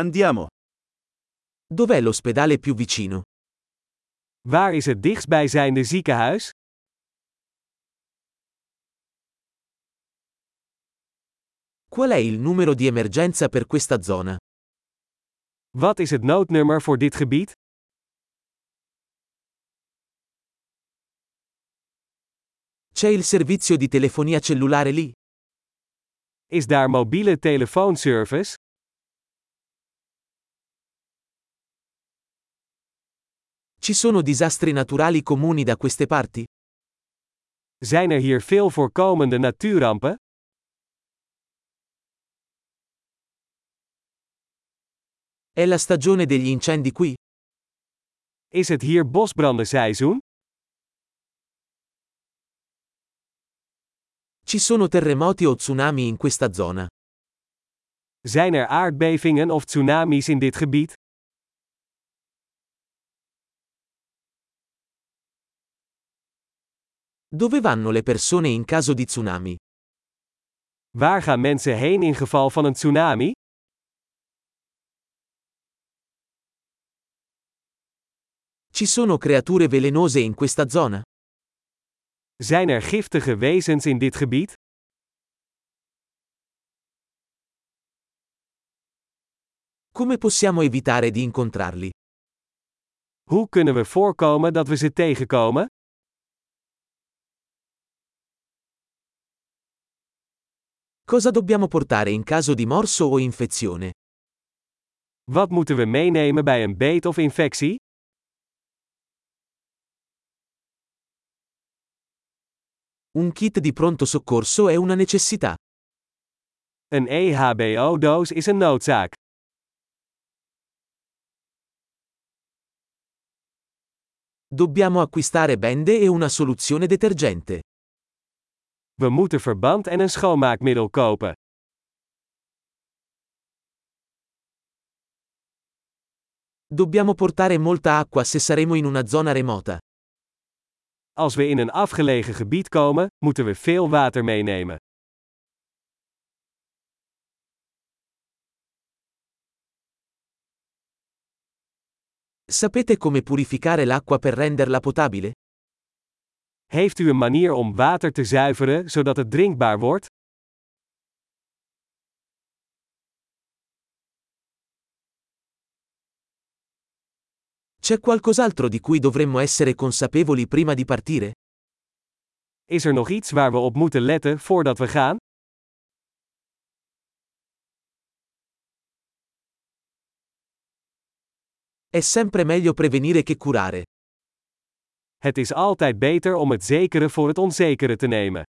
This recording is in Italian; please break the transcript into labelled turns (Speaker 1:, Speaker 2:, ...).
Speaker 1: Andiamo. Dov'è l'ospedale più vicino?
Speaker 2: Waar is het dichtstbijzijnde ziekenhuis?
Speaker 1: Qual è il numero di emergenza per questa zona?
Speaker 2: Wat is het noodnummer voor dit gebied?
Speaker 1: C'è il servizio di telefonia cellulare lì?
Speaker 2: Is daar mobiele telefoonservice?
Speaker 1: Ci sono disastri naturali comuni da queste parti?
Speaker 2: Zijn er hier veel voorkomende natuurrampen?
Speaker 1: È la stagione degli incendi qui?
Speaker 2: Is het hier bosbrandenseizoen?
Speaker 1: Ci sono terremoti o tsunami in questa zona?
Speaker 2: Zijn er aardbevingen of tsunamis in dit gebied?
Speaker 1: Dove vanno le persone in caso di tsunami?
Speaker 2: Waar gaan mensen heen in geval van een tsunami?
Speaker 1: Ci sono creature velenose in questa zona?
Speaker 2: Zijn er giftige wezens in dit gebied?
Speaker 1: Come possiamo evitare di incontrarli?
Speaker 2: Hoe kunnen we voorkomen dat we ze tegenkomen?
Speaker 1: Cosa dobbiamo portare in caso di morso o infezione?
Speaker 2: Wat moeten we meenemen bij een beet of infectie?
Speaker 1: Un kit di pronto soccorso è una necessità.
Speaker 2: Een E EHBO-doos is een noodzaak.
Speaker 1: Dobbiamo acquistare bende e una soluzione detergente.
Speaker 2: We moeten verband en een schoonmaakmiddel kopen.
Speaker 1: Dobbiamo portare molta acqua se saremo in una zona remota.
Speaker 2: Als we in een afgelegen gebied komen, moeten we veel water meenemen.
Speaker 1: Sapete come purificare l'acqua per renderla potabile?
Speaker 2: Heeft u een manier om water te zuiveren zodat het drinkbaar wordt?
Speaker 1: C'è qualcos'altro di cui dovremmo essere consapevoli prima di partire?
Speaker 2: Is er nog iets waar we op moeten letten voordat we gaan?
Speaker 1: È sempre meglio prevenire che curare.
Speaker 2: Het is altijd beter om het zekere voor het onzekere te nemen.